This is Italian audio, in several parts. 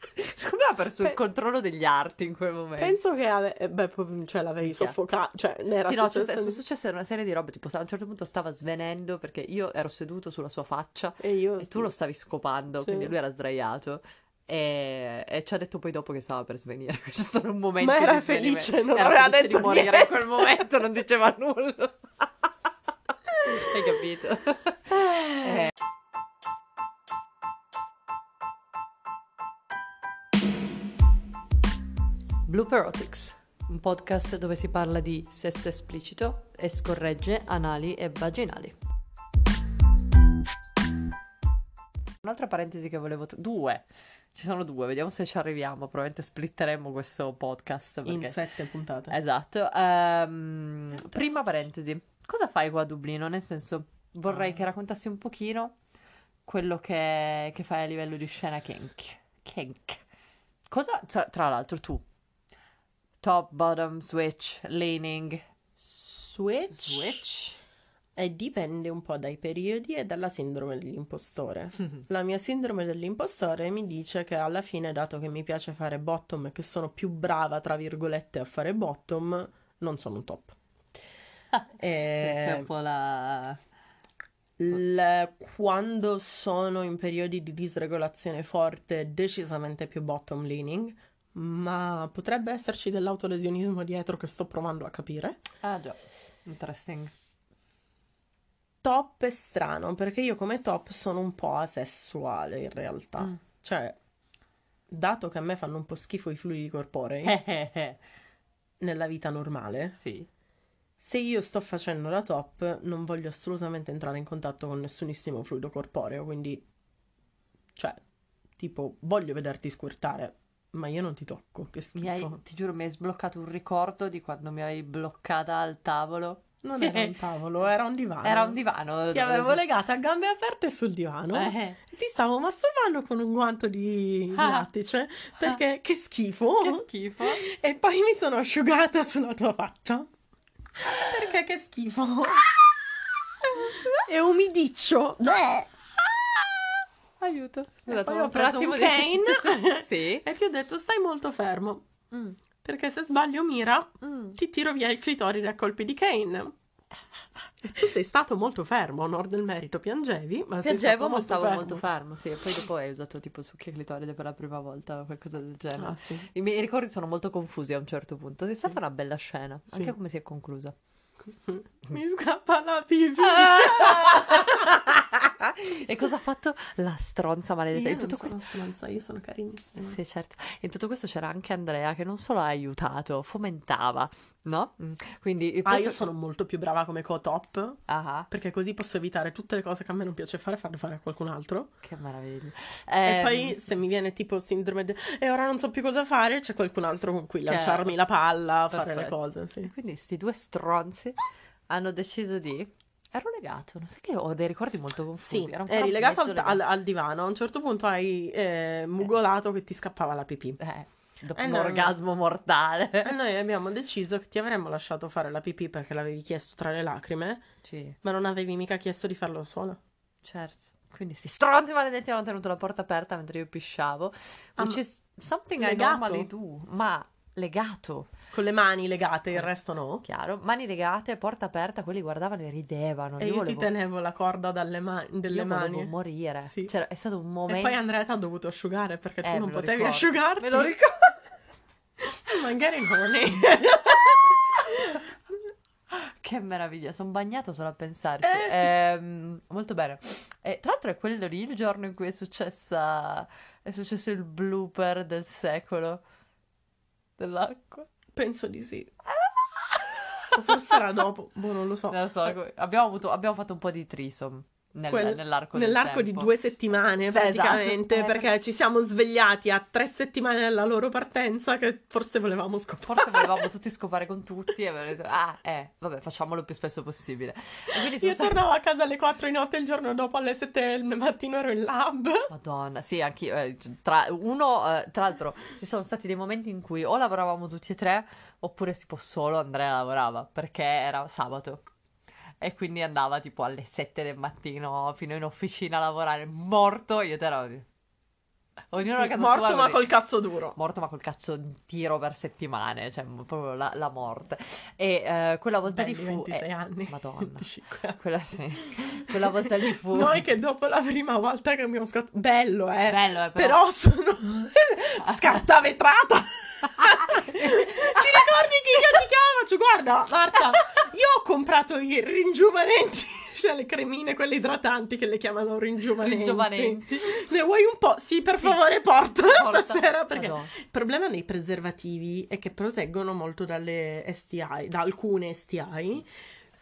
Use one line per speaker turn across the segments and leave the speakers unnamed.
ha perso il
Pe-
controllo degli arti in quel momento.
Penso che ave- eh, beh, poi, cioè, l'avevi
Minchia.
soffocato, cioè, ne era
Sì, no,
successo-
c'è- sono successe una serie di robe, tipo a un certo punto stava svenendo perché io ero seduto sulla sua faccia
E io...
e tu lo stavi scopando,
Sì.
quindi lui era sdraiato e, e ci ha detto poi dopo che stava per svenire. C'è stato un momento
Ma
di
era
svenimento.
felice, non
Era
aveva
felice
detto
di morire
niente.
in quel momento, non diceva nulla. Hai capito?
Eh.
Blooperotics, un podcast dove si parla di sesso esplicito e scorregge anali e vaginali.
Un'altra parentesi che volevo... to- due. Ci sono due, vediamo se ci arriviamo. Probabilmente splitteremo questo podcast.
In
Perché...
sette puntate.
Esatto. Ehm, prima parentesi. Cosa fai qua a Dublino? Nel senso, vorrei che raccontassi un pochino quello che, che fai a livello di scena kink. Kink. Cosa, tra, tra l'altro, tu? Top, bottom, switch, leaning.
Switch. E dipende un po' dai periodi e dalla sindrome dell'impostore. La mia sindrome dell'impostore mi dice che alla fine, dato che mi piace fare bottom e che sono più brava, tra virgolette, a fare bottom, non sono un top.
Ah,
Eh, E-
C'è un po' la...
il- quando sono in periodi di disregolazione forte, decisamente più bottom leaning, ma potrebbe esserci dell'autolesionismo dietro che sto provando a capire.
Ah, già. Interesting.
Top è strano perché io come top sono un po' asessuale in realtà.
Mm.
Cioè, dato che a me fanno un po' schifo i fluidi corporei
Eh.
nella vita normale,
sì.
se io sto facendo la top non voglio assolutamente entrare in contatto con nessunissimo fluido corporeo, quindi cioè, tipo, voglio vederti squirtare, ma io non ti tocco, che
Mi hai-
schifo.
ti giuro, mi hai sbloccato un ricordo di quando mi avevi bloccata al tavolo.
Non era un tavolo, era un divano.
Era un divano.
Ti avevo legata a gambe aperte sul divano.
Eh.
Ti stavo masturbando con un guanto di, di
Ah.
lattice perché che schifo.
Che schifo.
E poi mi sono asciugata sulla tua faccia. Perché che schifo.
Ah!
E umidiccio. Ah!
Aiuto.
E poi
ho
esatto, ho preso un cane.
sì.
E ti ho detto stai molto fermo,
Mm,
perché se sbaglio mira
mm.
ti tiro via il clitoride a colpi di cane. E tu sei stato molto fermo, onor del merito, piangevi, ma sei stato
Piangevo, ma
molto
stavo
fermo.
molto fermo, sì. E poi dopo hai usato tipo succhia clitoride per la prima volta o qualcosa del genere.
Ah, sì.
I miei ricordi sono molto confusi a un certo punto. È stata una bella scena,
Sì.
anche come si è conclusa.
Mi scappa la pipì.
Ah! e cosa ha fatto la stronza maledetta?
Io
In tutto
non
que-
sono stronza, io sono carinissima.
Sì, certo. In tutto questo c'era anche Andrea che non solo ha aiutato, fomentava, no? Mm. Quindi
Ah,
penso-
io sono molto più brava come co-top,
Ah, ah,
perché così posso evitare tutte le cose che a me non piace fare, farle fare a qualcun altro.
che meraviglia.
E
Ehm,
poi se mi viene tipo sindrome de- e ora non so più cosa fare, c'è qualcun altro con cui
Chiaro.
lanciarmi la palla, fare le
Perfetto.
cose,
E
sì.
quindi questi due stronzi hanno deciso di... Ero legato, non sai che ho dei ricordi molto confusi.
Sì,
ero ancora
eri legato al,
mezzo
al- al divano, a un certo punto hai eh, mugolato che ti scappava la pipì.
legato. Eh, dopo
Eh,
un
no, no.
orgasmo
E
mortale.
noi abbiamo deciso che ti avremmo lasciato fare la pipì perché l'avevi chiesto tra le lacrime,
Sì,
ma non avevi mica chiesto di farlo da sola.
certo. Quindi sti stronzi maledetti hanno tenuto la porta aperta mentre io pisciavo.
Ah,
Which
ma-
is something I
legato?
normally do, ma legato.
Con le mani legate,
Eh.
il resto no.
Chiaro, mani legate, porta aperta, quelli guardavano e ridevano.
E
io
io ti
volevo,
tenevo la corda dalle ma-
io
delle
volevo
mani.
morire.
Sì.
Cioè, è stato un
E
momento.
poi Andrea ti ha dovuto asciugare perché tu
Eh,
non
me lo
potevi
ricordo.
asciugarti.
Me lo ricordo.
Magari horny.
che meraviglia, sono bagnato solo a pensarci.
Eh, sì.
Ehm, molto bene. E, tra l'altro è quello lì il giorno in cui è successa. È successo il blooper del secolo dell'acqua.
Penso di sì. O Ah! forse era dopo. Boh, non lo so.
Non lo so, come- abbiamo, avuto- abbiamo fatto un po' di trisom nel-
Quel-
nell'arco, del
Nell'arco di
tempo.
due settimane
Esatto.
praticamente,
Eh,
perché ci siamo svegliati a tre settimane dalla loro partenza che forse volevamo scopare.
Forse volevamo tutti scopare con tutti e abbiamo detto, ah, eh, vabbè, facciamolo il più spesso possibile. E quindi sono
Io
stata...
tornavo a casa alle 4 di notte il giorno dopo, alle 7 del mattino ero in lab.
Madonna, sì, anch'io. eh, tra, uno, eh, tra l'altro, ci sono stati dei momenti in cui o lavoravamo tutti e tre, oppure tipo solo Andrea lavorava, perché era sabato. E quindi andava tipo alle 7 del mattino fino in officina a lavorare, morto, io te ero... Ognuno a casa
Morto
sua
ma
così.
col cazzo duro.
Morto ma col cazzo di tiro per settimane, cioè proprio la, la morte. E eh, quella volta
Belli,
lì fu...
26
eh,
anni.
Madonna.
25 anni.
quella sì. Quella volta lì fu...
Noi che dopo la prima volta che abbiamo scartato... Bello, eh.
Bello, eh, però...
Però sono scartavetrata. Ti ricordi chi io ti chiamo? Cioè, guarda, Marta, io ho comprato i ringiovanenti, cioè le cremine, quelle idratanti che le chiamano ringiovanenti.
Giovanenti.
Ne vuoi un po'? Sì, per
Sì.
favore, porta
Porta.
stasera perché
Madonna.
il problema dei preservativi è che proteggono molto dalle STI, da alcune STI,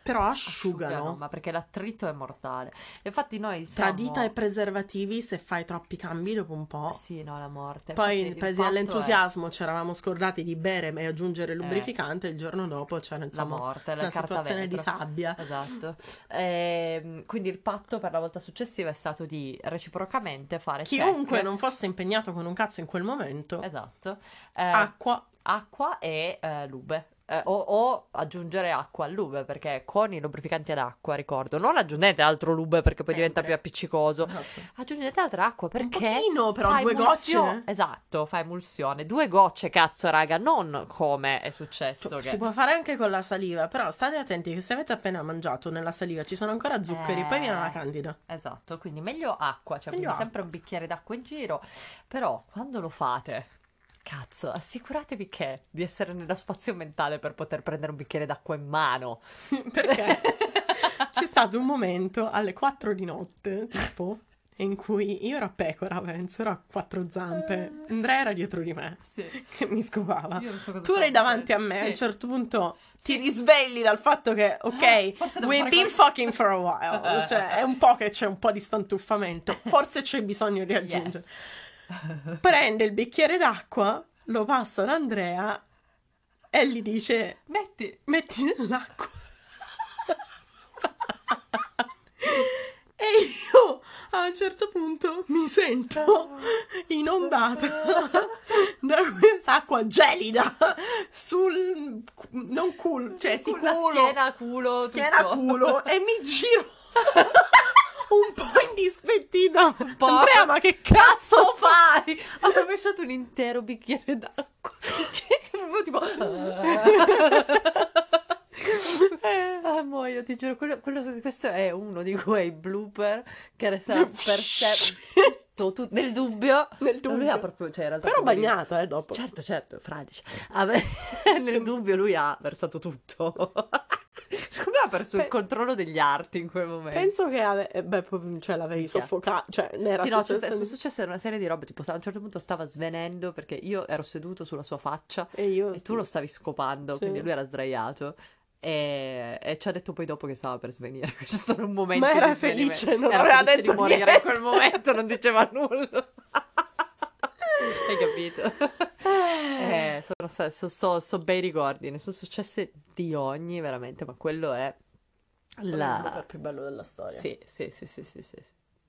però asciugano.
Asciugano, ma perché l'attrito è mortale. Infatti noi siamo...
Tra dita e preservativi, se fai troppi cambi dopo un po'.
Sì, no, la morte.
Poi
Infatti Eh, il
presi
fatto è
all'entusiasmo, ci eravamo scordati di bere e aggiungere lubrificante, il giorno dopo c'era
Eh. La
insomma
morte, la
una
carta
situazione
vetro.
di sabbia.
Esatto. Ehm, quindi il patto per la volta successiva è stato di reciprocamente fare
Chiunque
check.
non fosse impegnato con un cazzo in quel momento,
Eh, certo. Esatto. Eh,
Ah. acqua,
acqua e eh, lube. Eh, o, o aggiungere acqua al lube perché con i lubrificanti ad acqua, ricordo, non aggiungete altro lube perché poi diventa
Sempre.
più appiccicoso.
un
Aggiungete altra acqua Esatto. perché
pochino però,
fa
due
emulsione.
gocce.
Esatto, fa emulsione. Due gocce, cazzo, raga, non come è successo
Cioè,
che
Si può fare anche con la saliva, però state attenti che se avete appena mangiato nella saliva ci sono ancora zuccheri, poi viene la
Eh.
candida.
Esatto, quindi meglio acqua, cioè quindi
Meglio acqua.
sempre un bicchiere d'acqua in giro, però quando lo fate, cazzo, assicuratevi che di essere nello spazio mentale per poter prendere un bicchiere d'acqua in mano.
Perché c'è stato un momento alle 4 di notte, tipo, in cui io ero a pecora, penso, ero a quattro zampe.
Eh.
Andrea era dietro di me,
Sì,
che mi scovava.
io non so cosa
Tu eri
stavo
davanti a
facendo.
me, a un
Sì.
certo punto ti
Sì. Ah,
risvegli dal fatto che, ok,
forse devo
we've
fare
been
qualcosa.
fucking for a while,
Eh.
cioè è un po' che c'è un po' di stantuffamento, forse c'è bisogno di
Yes.
aggiungere. Prende il bicchiere d'acqua, lo passa ad Andrea e gli dice
Metti.
metti nell'acqua. e io a un certo punto mi sento inondata da quest'acqua gelida sul non culo, cioè sì,
Culo,
culo,
schiena, culo,
schiena,
tutto.
culo e mi giro un po' indispettita.
po'.
Andrea, ma che cazzo
Cazzo fai? Ho rovesciato un intero bicchiere d'acqua. Che è proprio tipo...
Eh.
Ah, muoio, ti giuro, quello- quello- questo è uno di quei blooper che resta Cioè, per sempre tutto, tu- nel dubbio.
Nel
Lui ha
dubbio.
proprio, cioè, era
Però
stato lì-
bagnata, eh, dopo.
Certo, certo, fradice. Ah, beh, nel dubbio lui ha versato tutto. Secondo me ha perso il
Pe-
controllo degli arti in quel momento.
Penso che ave- eh, beh, poi, cioè, l'avevi
Minchia.
soffocato, cioè ne era
Sì, no,
successo-
c'è- sono successe una serie di robe, tipo a un certo punto stava svenendo perché io ero seduto sulla sua faccia
E io
e tu lo stavi scopando,
Sì.
quindi lui era sdraiato e, e ci ha detto poi dopo che stava per svenire. C'è stato un momento
Ma era
di svenimento.
felice, non
era
aveva
felice
detto
di morire
niente.
in quel momento, non diceva nulla. Hai capito? Eh, sono, sta- so, so- so bei ricordi, ne sono successe di ogni veramente, ma quello è
la...
la...
più bello della storia.
Sì, sì, sì, sì, sì, sì, sì.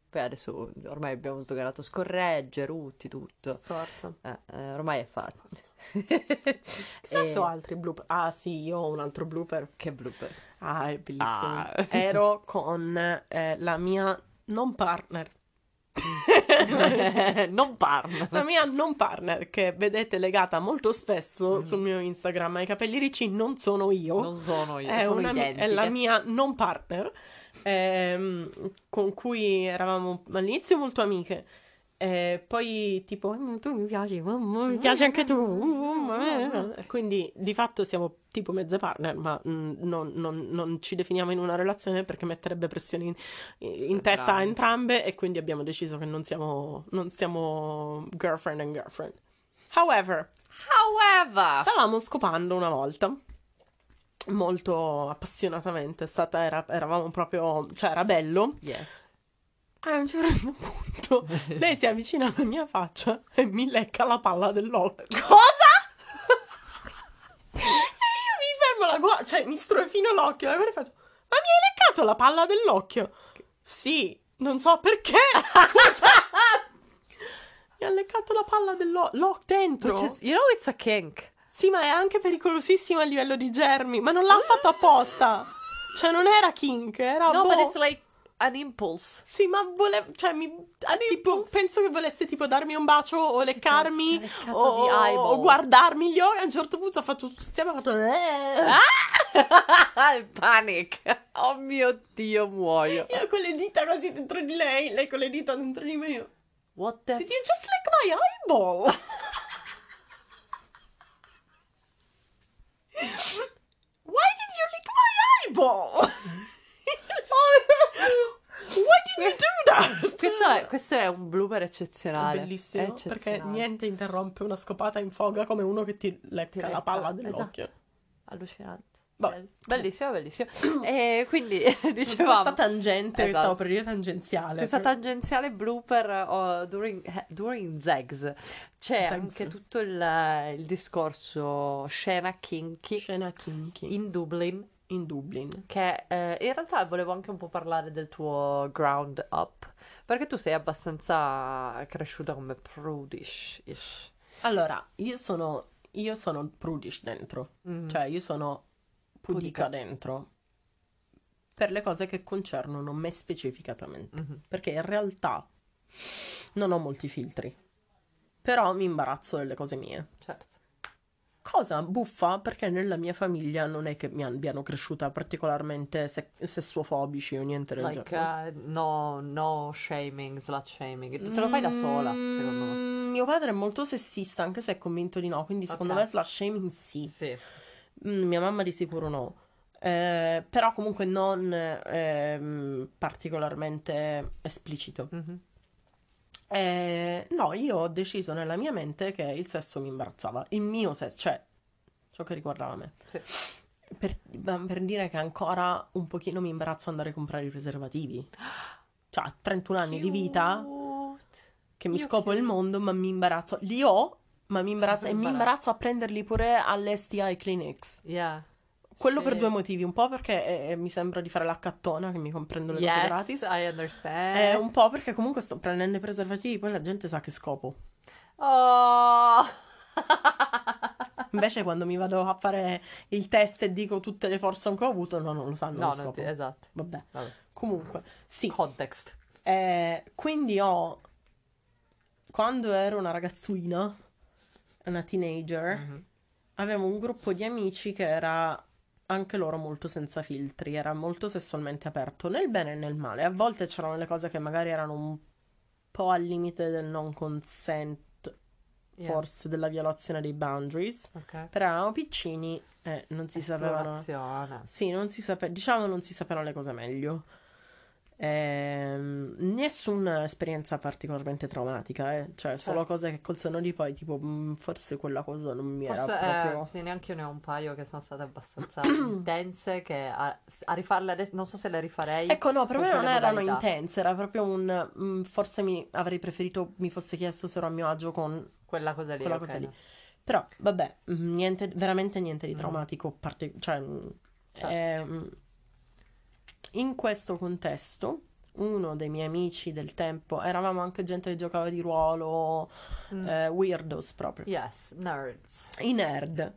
Poi adesso ormai abbiamo sdoganato scorregge, rutti, tutto.
Forza.
Eh, eh, ormai è fatto.
Chissà
Eh,
se ho altri blooper. Ah, sì, io ho un altro blooper.
Che blooper.
Ah, è bellissimo.
Ah.
Ero con eh, la mia non partner.
non parlo.
La mia non partner che vedete legata molto spesso sul mio Instagram ai capelli ricci non sono io.
Mm. Non sono io,
è,
sono
una mi- è
identiche.
la mia non partner ehm, con cui eravamo all'inizio molto amiche e poi tipo "Mm, tu mi piaci mm, mi piaci anche tu mm, mm, eh". quindi di fatto siamo tipo mezze partner ma mm, non, non- non ci definiamo in una relazione perché metterebbe pressioni in, in testa a entrambe e quindi abbiamo deciso che non siamo non siamo girlfriend and girlfriend however
However,
Stavamo scopando una volta. Molto appassionatamente, è stata- era- eravamo proprio, cioè era bello.
yes.
A un certo punto lei si avvicina alla mia faccia e mi lecca la palla dell'occhio.
Cosa?
E io mi fermo la guardia, cioè mi strofino l'occhio, la guardo e faccio, ma mi hai leccato la palla dell'occhio? Sì, non so perché. Scusa. mi ha leccato la palla dell'occhio dentro.
Which is- you know it's a kink.
Sì, ma è anche pericolosissimo a livello di germi. Ma non l'ha fatto apposta. Cioè, non era kink, era
no,
boh.
but it's like an impulse.
Sì, ma volevo, cioè, mi, ah, tipo, penso che volesse tipo darmi un bacio o leccarmi
leccata
o,
di eyeball.
o guardarmi gli occhi. A un certo punto ha fatto tutto Ah, insieme. Ha fatto...
Eh. Il panic. Oh mio Dio, muoio.
Io con le dita quasi dentro di lei, lei con le dita dentro di me. Io.
What the...
Did you just lick my eyeball? Why did you lick my eyeball? Why did you do that?
Questo è, questo è un blooper eccezionale.
bellissimo
È eccezionale.
perché niente interrompe una scopata in foga come uno che ti lecca
Ti
la
lecca-
palla dell'occhio.
esatto. Allucinante.
Vabbè.
Bello. Bellissimo, bellissimo. e quindi dicevamo
Questa tangente,
Esatto.
questa operina tangenziale.
questa tangenziale blooper oh, during, eh, during Zags c'è
Zags.
anche tutto il, il discorso scena kinky
scena kinky in,
in Dublin
in Dublin.
che eh, in realtà volevo anche un po' parlare del tuo ground up perché tu sei abbastanza cresciuta come prudish ish
Allora, io sono io sono prudish dentro,
Mm-hmm. Mm.
cioè io sono pudica,
Pudica.
dentro per le cose che concernono me specificatamente,
Mm-hmm.
perché in realtà non ho molti filtri. Però mi imbarazzo delle cose mie.
certo
Cosa buffa perché nella mia famiglia non è che mi abbiano cresciuta particolarmente se- sessuofobici o niente del
like
genere.
eh, no no shaming slut shaming eh, te lo fai da sola secondo me
Mm, Mio padre è molto sessista, anche se è convinto di no, quindi secondo
Ok.
me slash shaming sì.
sì
Mm, mia mamma di sicuro no. Eh, però comunque non ehm, particolarmente esplicito.
Mhm.
Eh, no, io ho deciso nella mia mente che il sesso mi imbarazzava, il mio sesso, cioè ciò che riguardava me.
Sì.
Per, ma per dire che ancora un pochino mi imbarazzo andare a comprare i preservativi. Cioè, a 31 anni di vita
Cute.
che mi
Io
scopo il
credo-
mondo, ma mi imbarazzo. Li ho, ma mi imbarazzo e mi
Imbarazzo.
imbarazzo a prenderli pure all'STI Clinics.
Yeah.
Quello per
Sì.
due motivi, un po' perché eh, mi sembra di fare la cattona che mi comprendo le cose
Yes, Eh.
gratis.
I understand.
E un po' perché comunque sto prendendo i preservativi, poi la gente sa che scopo.
Oh.
Invece quando mi vado a fare il test e dico tutte le forze che ho avuto, no, non lo sanno
no, non
lo
ti-
scopo.
esatto.
Vabbè,
Vabbè.
comunque, sì.
Context.
Eh, quindi ho, quando ero una ragazzuina, una teenager,
Mhm.
avevo un gruppo di amici che era anche loro molto senza filtri, era molto sessualmente aperto, nel bene e nel male. A volte c'erano le cose che magari erano un po' al limite del non consent,
Yeah.
forse della violazione dei boundaries,
Ok.
però eravamo piccini e non
Eh,
si sapevano.
Esplorazione.
Sì, non si sape- diciamo non si sapevano le cose meglio. Ehm, nessuna esperienza particolarmente traumatica, eh. Cioè, solo
Certo.
cose che col senno di poi, tipo, "Mm, forse quella cosa non mi era
Forse, eh,
proprio.
sì, neanche io ne ho un paio che sono state abbastanza intense che a, a rifarle adesso, non so se le rifarei.
Ecco, no, per
con
me non
quelle
erano
modalità.
intense, era proprio un mm, forse mi avrei preferito mi fosse chiesto se ero a mio agio con
Quella cosa lì.
quella
ok,
cosa lì.
no.
Però vabbè, mm, niente, veramente niente di
Mm.
traumatico, parte- cioè mm,
Certo.
ehm, in questo contesto uno dei miei amici del tempo, eravamo anche gente che giocava di ruolo,
Mm.
eh, weirdos proprio,
Yes, nerds.
i nerd.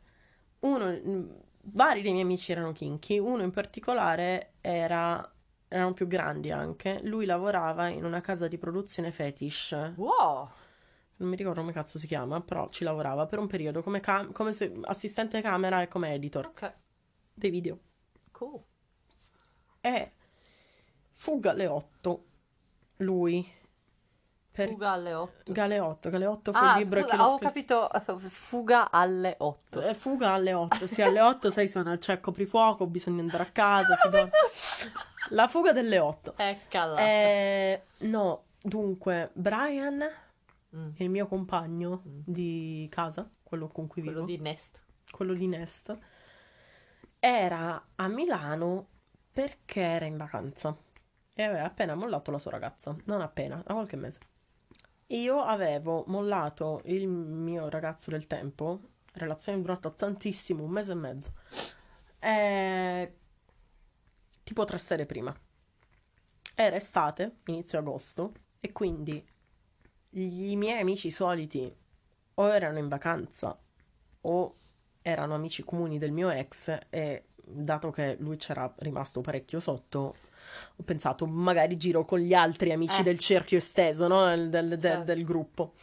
Uno, mh, vari dei miei amici erano kinky, uno in particolare era, erano più grandi anche. Lui lavorava in una casa di produzione fetish, non
Wow.
mi ricordo come cazzo si chiama, però ci lavorava per un periodo come, cam- come se- assistente camera e come editor
Ok.
dei video.
Cool.
E fuga alle 8, lui. Per
Fuga alle 8.
Galeotto, Galeotto fu il
Ah,
libro che
scusa,
lo
ho
scrisse-
capito eh, fuga alle 8.
Eh, Fuga alle 8, sì, alle 8 sai suona, cioè coprifuoco, bisogna andare a
Cioè,
casa, si dorme. La fuga delle 8.
Eccola.
Eh, no, dunque, Brian,
Mm.
il mio compagno
Mm.
di casa, quello con cui
Quello
vivo,
di Nest.
quello di Nest, era a Milano perché era in vacanza e aveva appena mollato la sua ragazza, non appena, da qualche mese. Io avevo mollato il mio ragazzo del tempo, relazione durata tantissimo, un mese e mezzo, eh, tipo tre sere prima. Era estate, inizio agosto, e quindi i miei amici soliti o erano in vacanza o erano amici comuni del mio ex e dato che lui c'era rimasto parecchio sotto, ho pensato magari giro con gli altri amici
Eh.
del cerchio esteso, no? Del, del- del-
Certo.
del gruppo.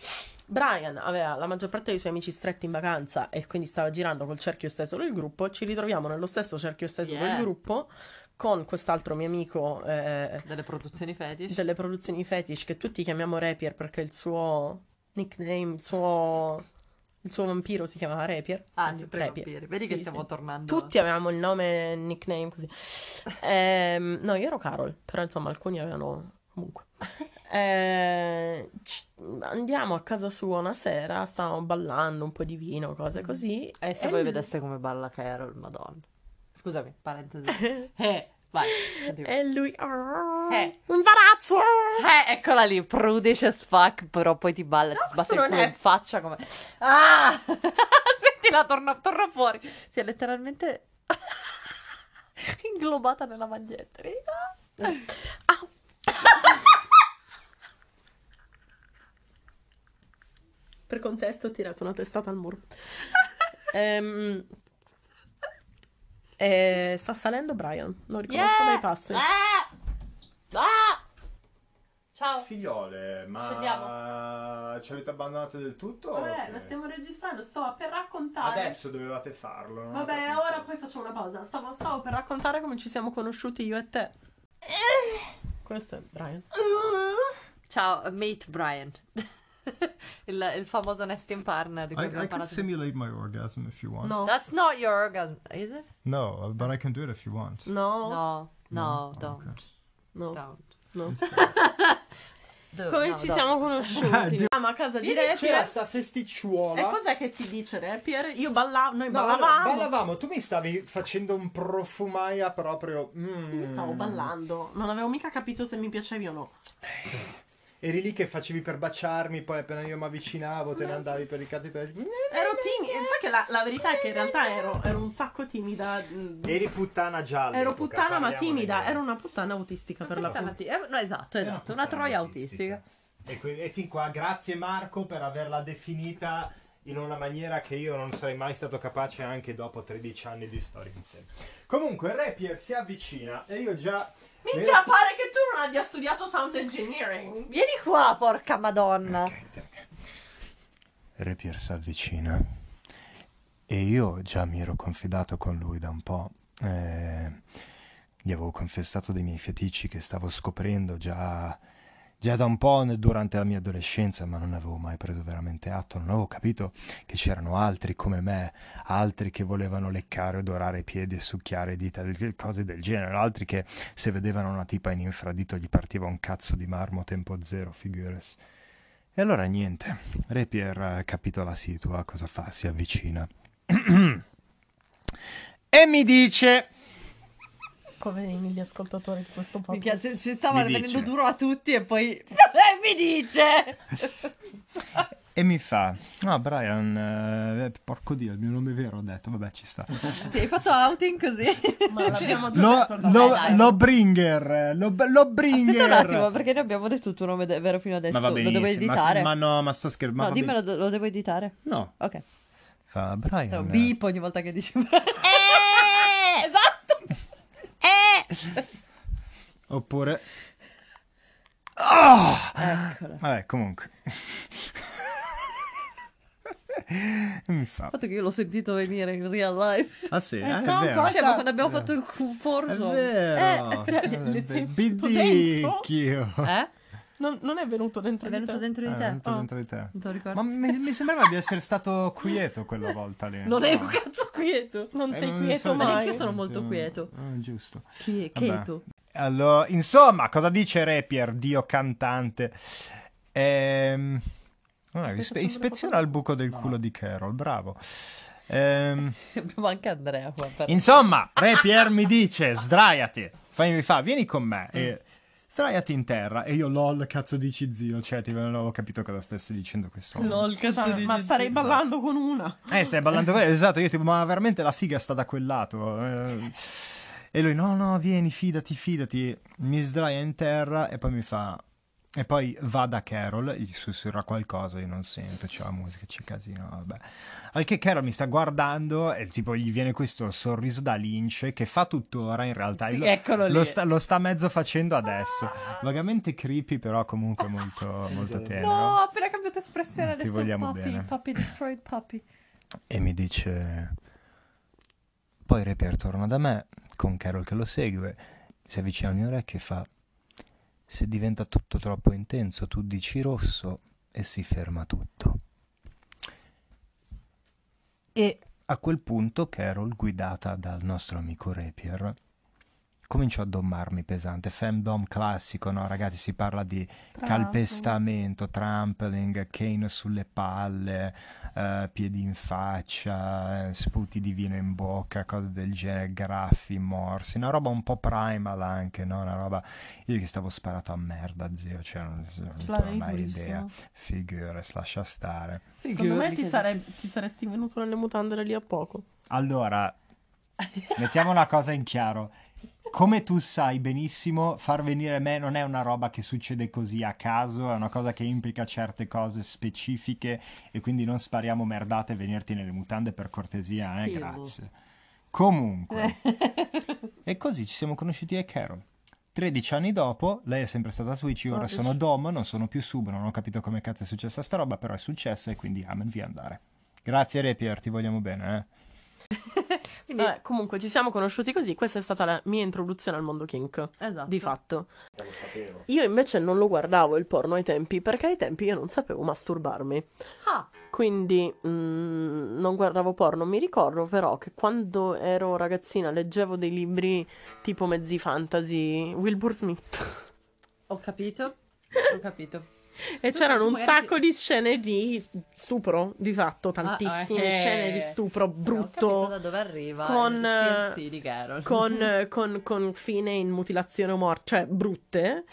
Brian aveva la maggior parte dei suoi amici stretti in vacanza e quindi stava girando col cerchio esteso del gruppo. Ci ritroviamo nello stesso cerchio esteso
Yeah.
del gruppo con quest'altro mio amico eh,
Delle produzioni fetish.
delle produzioni fetish che tutti chiamiamo Rapier perché il suo nickname, il suo, il suo vampiro si chiamava Rapier.
Ah,
quindi
sempre
Rapier.
vampiri. Vedi
Sì,
che
sì.
stiamo tornando.
Tutti avevamo il nome, il nickname così. Ehm, no, io ero Carol, però insomma alcuni avevano comunque. Eh, ci- andiamo a casa sua una sera, stavamo ballando un po' di vino,
Mm.
cose così.
Eh,
E se
e
voi
lui-
vedeste come balla Carol, madonna.
Scusami, parentesi. Eh, vai. continua.
E lui... Ah,
Eh.
Imbarazzo!
Eh, eccola lì, prudice as fuck, però poi ti balla, ti
No,
sbatte
questo
il
non
culo
è-
in faccia come... Ah! Aspettila, torna, torna fuori. Si è letteralmente inglobata nella maglietta. Ah.
Au. Per contesto ho tirato una testata al muro. Ehm, eh, sta salendo Brian, lo riconosco dai passi.
Ah! Ah! Ciao.
Figliole, ma ci avete abbandonato del tutto?
Eh,
o che-
registrando, stavo per raccontare.
Adesso dovevate farlo. non ho
Vabbè,
capito.
ora poi facciamo una pausa. Stavo, stavo per raccontare come ci siamo conosciuti io e te. Eh. Questo è Brian.
Ciao, mate Brian. il, il famoso nesting partner di cui abbiamo
I, I can
parlato.
simulate my orgasm if you want.
No,
That's not your organ, is it?
No, but I can do it if you want.
Eh, no,
No, no, don't.
Okay.
no,
Don't.
no.
I'm sorry.
Do-
Come
no,
ci
don't.
siamo conosciuti? Siamo a casa di
C'era
Rapier.
sta
E
festicciuola.
Eh, cos'è che ti dice Rapier? Io ballavo, noi
No,
ballavamo.
allora, ballavamo, tu mi stavi facendo un profumaia proprio. mm.
Io stavo ballando, non avevo mica capito se mi piacevi o no.
Eri lì che facevi per baciarmi, poi appena io mi avvicinavo te ne andavi per i cazzi. te-
Ero timida, eh, sai che la, la verità è che in realtà ero, ero un sacco timida. mm,
Eri puttana gialla.
Ero
all'epoca,
puttana ma
parliamone
timida,
chiaro.
ero una puttana autistica per la
Puttana
puntata.
ti- eh, no, esatto, esatto,
Era
una
puttana
troia autistica.
E, que- e fin qua, grazie Marco per averla definita in una maniera che io non sarei mai stato capace anche dopo 13 anni di storia insieme. Comunque, Rapier si avvicina e io già...
Minchia, pare che tu non abbia studiato sound engineering.
Vieni qua, porca madonna.
Rapier si avvicina e io già mi ero confidato con lui da un po'. Eh, gli avevo confessato dei miei feticci che stavo scoprendo già, già da un po' ne- durante la mia adolescenza, ma non ne avevo mai preso veramente atto. Non avevo capito che c'erano altri come me, altri che volevano leccare, odorare i piedi e succhiare dita, del- cose del genere, altri che se vedevano una tipa in infradito gli partiva un cazzo di marmo a tempo zero, figures. E allora niente, Rapier eh, capito la situa, cosa fa? Si avvicina. e mi dice...
Poverini gli ascoltatori di questo
Mi
podcast.
piace, ci stava
Mi dice.
venendo duro a tutti e poi... Eh, mi dice!
E mi fa, ah Brian, eh, porco dio, il mio nome è vero, ho detto, vabbè ci sta.
Ti hai fatto outing così?
Ma l'abbiamo già
Lo,
detto il
lo,
nome, dai.
lo bringer, eh, lo, lo bringer.
Aspetta un attimo, perché noi abbiamo detto il tuo nome de- vero fino adesso.
Ma va
lo devo
benissimo, ma,
editare.
ma no, ma sto scherzando.
no, dimmelo, do- lo devo editare.
No,
Ok.
fa Brian.
No,
eh,
beep ogni volta che dici... esatto!
Oppure...
Eccola. Il
Ah! Vabbè, comunque. mi fa...
fatto che io l'ho sentito venire in real life.
Ah sì, eh, è
sounds
vero.
like-
Cioè, ma quando abbiamo fatto il
È
conforso...
vero.
Eh, le- le sento dentro.
Bidicchio.
Eh?
Non, non è venuto dentro
È
di
venuto
te.
dentro di
Eh,
te?
non te-
Oh,
non te- te.
Non te lo ricordo.
Ma mi, mi sembrava di essere stato quieto quella volta lì.
Non è
No.
un cazzo quieto.
Non
Eh,
sei
non
quieto
so
Ma neanche
mai.
io sono molto quieto.
Eh, giusto.
Chi-
Vabbè.
Cheto.
Allora, insomma, cosa dice Rapier, dio cantante? Ehm, ah, ispe-
facendo
ispeziona il buco del culo di Carol, bravo. Ehm,
Abbiamo anche Andrea qua. per-
insomma, Rapier mi dice, sdraiati. Poi mi fa, vieni con me. E, sdraiati in terra. E io, lol, cazzo dici zio? Cioè, ti, non avevo capito cosa stesse dicendo questo. uomo.
Lol, cazzo
dici
ma starei ballando con una.
Eh, stai ballando con esatto, io tipo, ma veramente la figa sta da quel lato. eh. E lui, no, no, vieni, fidati, fidati. Mi sdraia in terra e poi mi fa, E poi va da Carol, gli sussurra qualcosa, io non sento, c'è la musica, c'è casino, vabbè. Al che Carol mi sta guardando e tipo gli viene questo sorriso da lince che fa tuttora in realtà.
Sì,
lo,
eccolo lì.
lo sta, lo sta mezzo facendo adesso. Vagamente creepy, però comunque molto, molto tenero.
No, ho appena cambiato espressione
Mm, Ti
adesso.
vogliamo
puppy,
bene.
puppy destroyed puppy.
E mi dice... Poi Reper torna da me, con Carol che lo segue, si avvicina alle mie orecchie e fa... Se diventa tutto troppo intenso, tu dici rosso e si ferma tutto. E a quel punto Carol, guidata dal nostro amico Repier, cominciò a dommarmi pesante. Femdom classico, no ragazzi, si parla di calpestamento, trampling, cane sulle palle, eh, piedi in faccia, eh, sputi di vino in bocca, cose del genere, graffi, morsi, una roba un po' primal anche, no? Una roba... Io che stavo sparato a merda, zio, cioè non, non
Ce
ho
l'avevi
mai idea.
durissimo.
Figure, lascia stare.
Secondo me ti, sare- ti saresti venuto nelle mutande da lì a poco.
Allora, mettiamo una cosa in chiaro. Come tu sai benissimo, far venire me non è una roba che succede così a caso, è una cosa che implica certe cose specifiche e quindi non spariamo merdate e venirti nelle mutande per cortesia, eh,
Schifo.
grazie. Comunque, e così ci siamo conosciuti e Carol. 13 anni dopo, lei è sempre stata Switch, io ora sono Dom, non sono più sub, non ho capito come cazzo è successa sta roba, però è successa e quindi amen, via andare. Grazie Repier, ti vogliamo bene, eh.
Quindi,
Vabbè, Eh, comunque ci siamo conosciuti così, questa è stata la mia introduzione al mondo kink.
esatto.
Di fatto. Io invece non lo guardavo il porno ai tempi, perché ai tempi io non sapevo masturbarmi.
Ah,
Quindi mm, non guardavo porno, mi ricordo però che quando ero ragazzina leggevo dei libri tipo mezzi fantasy, Wilbur Smith.
ho capito. Ho capito.
E
Tu
c'erano un
comunque eri-
sacco di scene di stupro, di fatto, tantissime
Ah, eh.
scene di stupro
Ho capito
brutto,
da dove arriva
con,
il
eh,
CNC di Carol.
con, eh, con, con fine in mutilazione o morte, cioè brutte.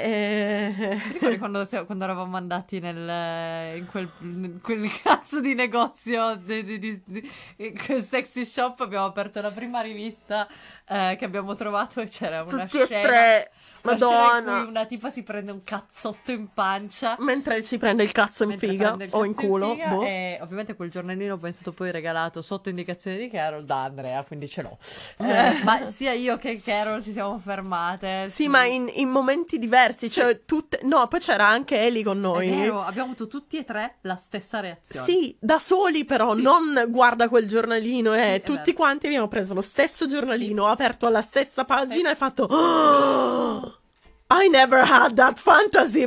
E...
Ti ricordi quando, cioè, quando eravamo andati nel, eh, in, quel, in quel cazzo di negozio, di, di- di- di- in quel sexy shop, abbiamo aperto la prima rivista eh, che abbiamo trovato e c'era una
Tutti e
scena,
tre,
una scena in
Madonna.
cui una tipa si prende un cazzotto in pancia.
Mentre si prende il cazzo in
mentre
figa
prende il
o in
cazzo
culo,
figa eh,
boh.
e ovviamente quel giornalino poi è stato poi regalato sotto indicazione di Carol da Andrea quindi ce l'ho Eh, ma sia io che Carol ci siamo fermate
Sì,
su-
ma in, in momenti diversi, cioè tutte... No, poi c'era anche Eli con noi.
È vero, abbiamo avuto tutti e tre la stessa reazione.
Sì, da soli però,
Sì.
non guarda quel giornalino, eh.
è
Tutti
vero.
quanti abbiamo preso lo stesso giornalino, aperto alla stessa pagina
Sì.
e fatto... "Oh, I never had that fantasy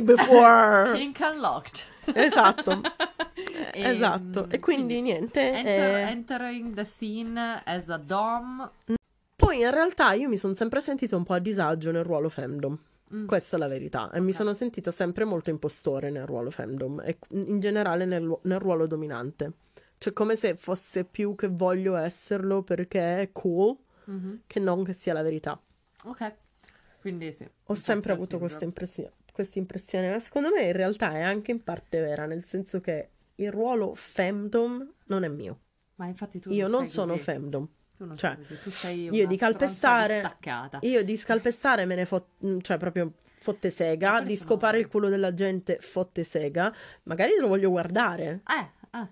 before!
Pink Unlocked.
Esatto.
Ehm,
esatto. E quindi, niente...
enter-
eh,
entering the scene as a dom.
Poi in realtà io mi sono sempre sentita un po' a disagio nel ruolo femdom.
Mm.
Questa è la verità. E mi
Ok.
sono sentita sempre molto impostore nel ruolo femdom e in generale nel, nel ruolo dominante. Cioè, come se fosse più che voglio esserlo perché è cool
Mhm,
che non che sia la verità.
Ok. Quindi sì.
Ho sempre avuto questa impressione, questa impressione, ma secondo me in realtà è anche in parte vera, nel senso che il ruolo femdom non è mio.
Ma infatti tu
Io non
sei
sono
così.
femdom.
Tu non
cioè,
sei così. Tu sei
io
una
di
stronza
calpestare-
distaccata.
Io di scalpestare me ne fo- mm, cioè proprio fotte
Ma
sega,
quelli
di
sono-
scopare il culo della gente fotte sega, magari te lo voglio guardare.
Eh, eh.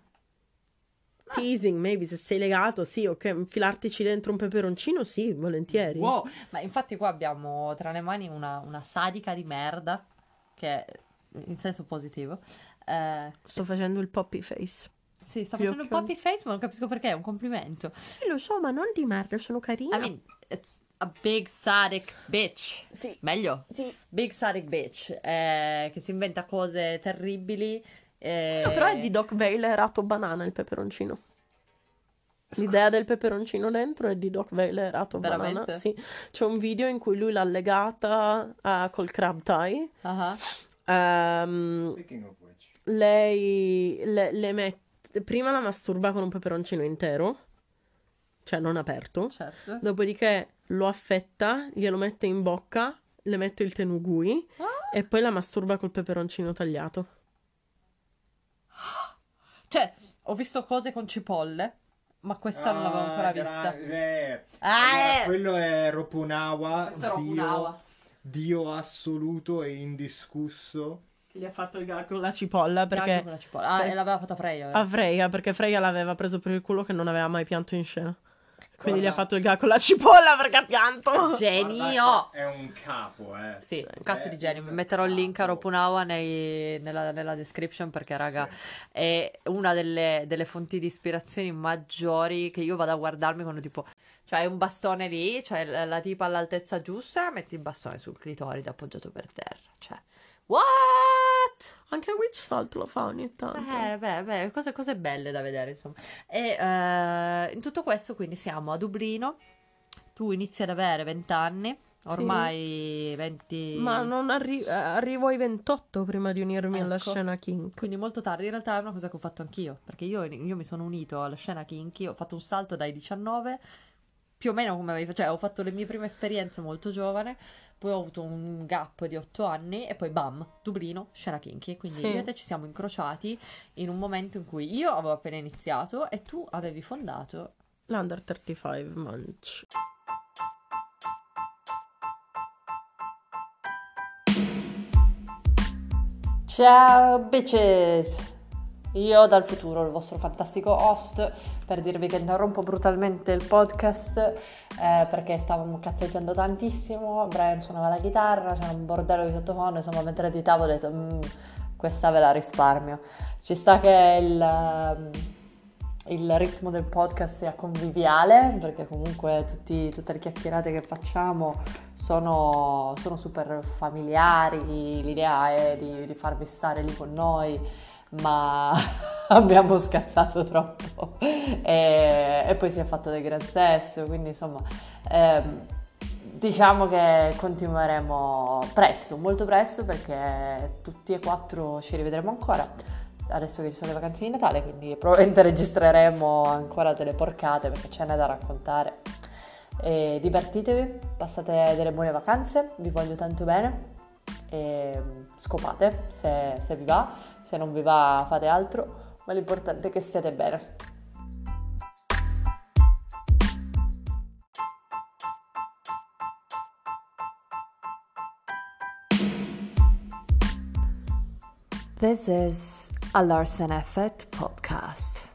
Teasing, maybe se sei legato, sì, ok, infilartici dentro un peperoncino, sì, volentieri.
Wow, ma infatti qua abbiamo tra le mani una, una sadica di merda, che è in senso positivo. Eh,
Sto facendo il poppy face.
sì, sta
Gli
facendo un
occhioni.
poppy face, ma non capisco perché, è un complimento.
Sì, lo so, ma non di merda, sono carina.
I mean, it's a big sadic bitch.
sì,
Meglio,
sì.
big sadic bitch, eh, che si inventa cose terribili. eh,
No, però è di Doc Vale erato banana il peperoncino. L'idea del peperoncino dentro è di Doc Vale erato banana.
Veramente?
Sì. C'è un video in cui lui l'ha legata eh, col crab tie.
Ah, ah.
Ehm, lei le, le mette prima la masturba con un peperoncino intero, cioè non aperto.
certo.
Dopodiché lo affetta, glielo mette in bocca, le mette il tenugui
Ah.
e poi la masturba col peperoncino tagliato.
Cioè, ho visto cose con cipolle, ma questa non
Ah,
l'avevo ancora vista.
Eh,
Ah, eh.
quello è Ropunawa,
Questo era un awa.
dio assoluto e indiscusso.
Gli ha fatto il gag con la cipolla perché... Ah,
Cacco con la cipolla. Ah,
per-
e l'aveva fatta Freya.
A Freya, perché Freya l'aveva preso per il culo che non aveva mai pianto in scena. Quindi gli
Guarda.
ha fatto il gag con la cipolla perché ha pianto.
Genio!
È un capo, eh.
Sì, un
Cioè,
cazzo
è
di genio.
un
Metterò il link a
capo.
Ropunawa nei- nella, nella description perché, raga,
Sì.
è una delle, delle fonti di ispirazione maggiori che io vado a guardarmi quando tipo... Cioè, hai un bastone lì, cioè la, la tipa all'altezza giusta, metti il bastone sul clitoride appoggiato per terra. Cioè, what?
Anche Witch Salt lo fa ogni tanto.
Eh, beh, beh, cose, cose belle da vedere, insomma. E eh, in tutto questo, quindi siamo a Dublino. Tu inizi ad avere 20 anni, ormai 20.
Ma non arri- eh, arrivo ai 28 prima di unirmi alla
Ecco.
scena King.
Quindi molto tardi, in realtà è una cosa che ho fatto anch'io, perché io, io mi sono unito alla scena kinky, ho fatto un salto dai 19, più o meno come avevi fatto, cioè ho fatto le mie prime esperienze molto giovane, poi ho avuto un gap di 8 anni e poi bam, Dublino, scena kinky, quindi
Sì.
io e te ci siamo incrociati in un momento in cui io avevo appena iniziato e tu avevi fondato
L'Under 35 Munch.
Ciao bitches! Io dal futuro, il vostro fantastico host, per dirvi che interrompo brutalmente il podcast eh, perché stavamo cazzeggiando tantissimo, Brian suonava la chitarra, c'era un bordello di sottofondo, insomma mentre editavo ho detto "Mm, questa ve la risparmio. Ci sta che il, ehm, il ritmo del podcast sia conviviale perché comunque tutti- tutte le chiacchierate che facciamo sono, sono super familiari, l'idea è di, di farvi stare lì con noi, ma abbiamo scazzato troppo e, e poi si è fatto del gran sesso, quindi insomma ehm, diciamo che continueremo presto, molto presto perché tutti e quattro ci rivedremo ancora. Adesso che ci sono le vacanze di Natale, quindi probabilmente registreremo ancora delle porcate perché ce n'è da raccontare. E divertitevi, passate delle buone vacanze, vi voglio tanto bene e scopate se, se vi va, se non vi va fate altro, ma l'importante è che stiate bene. This is a Larsen Effect podcast.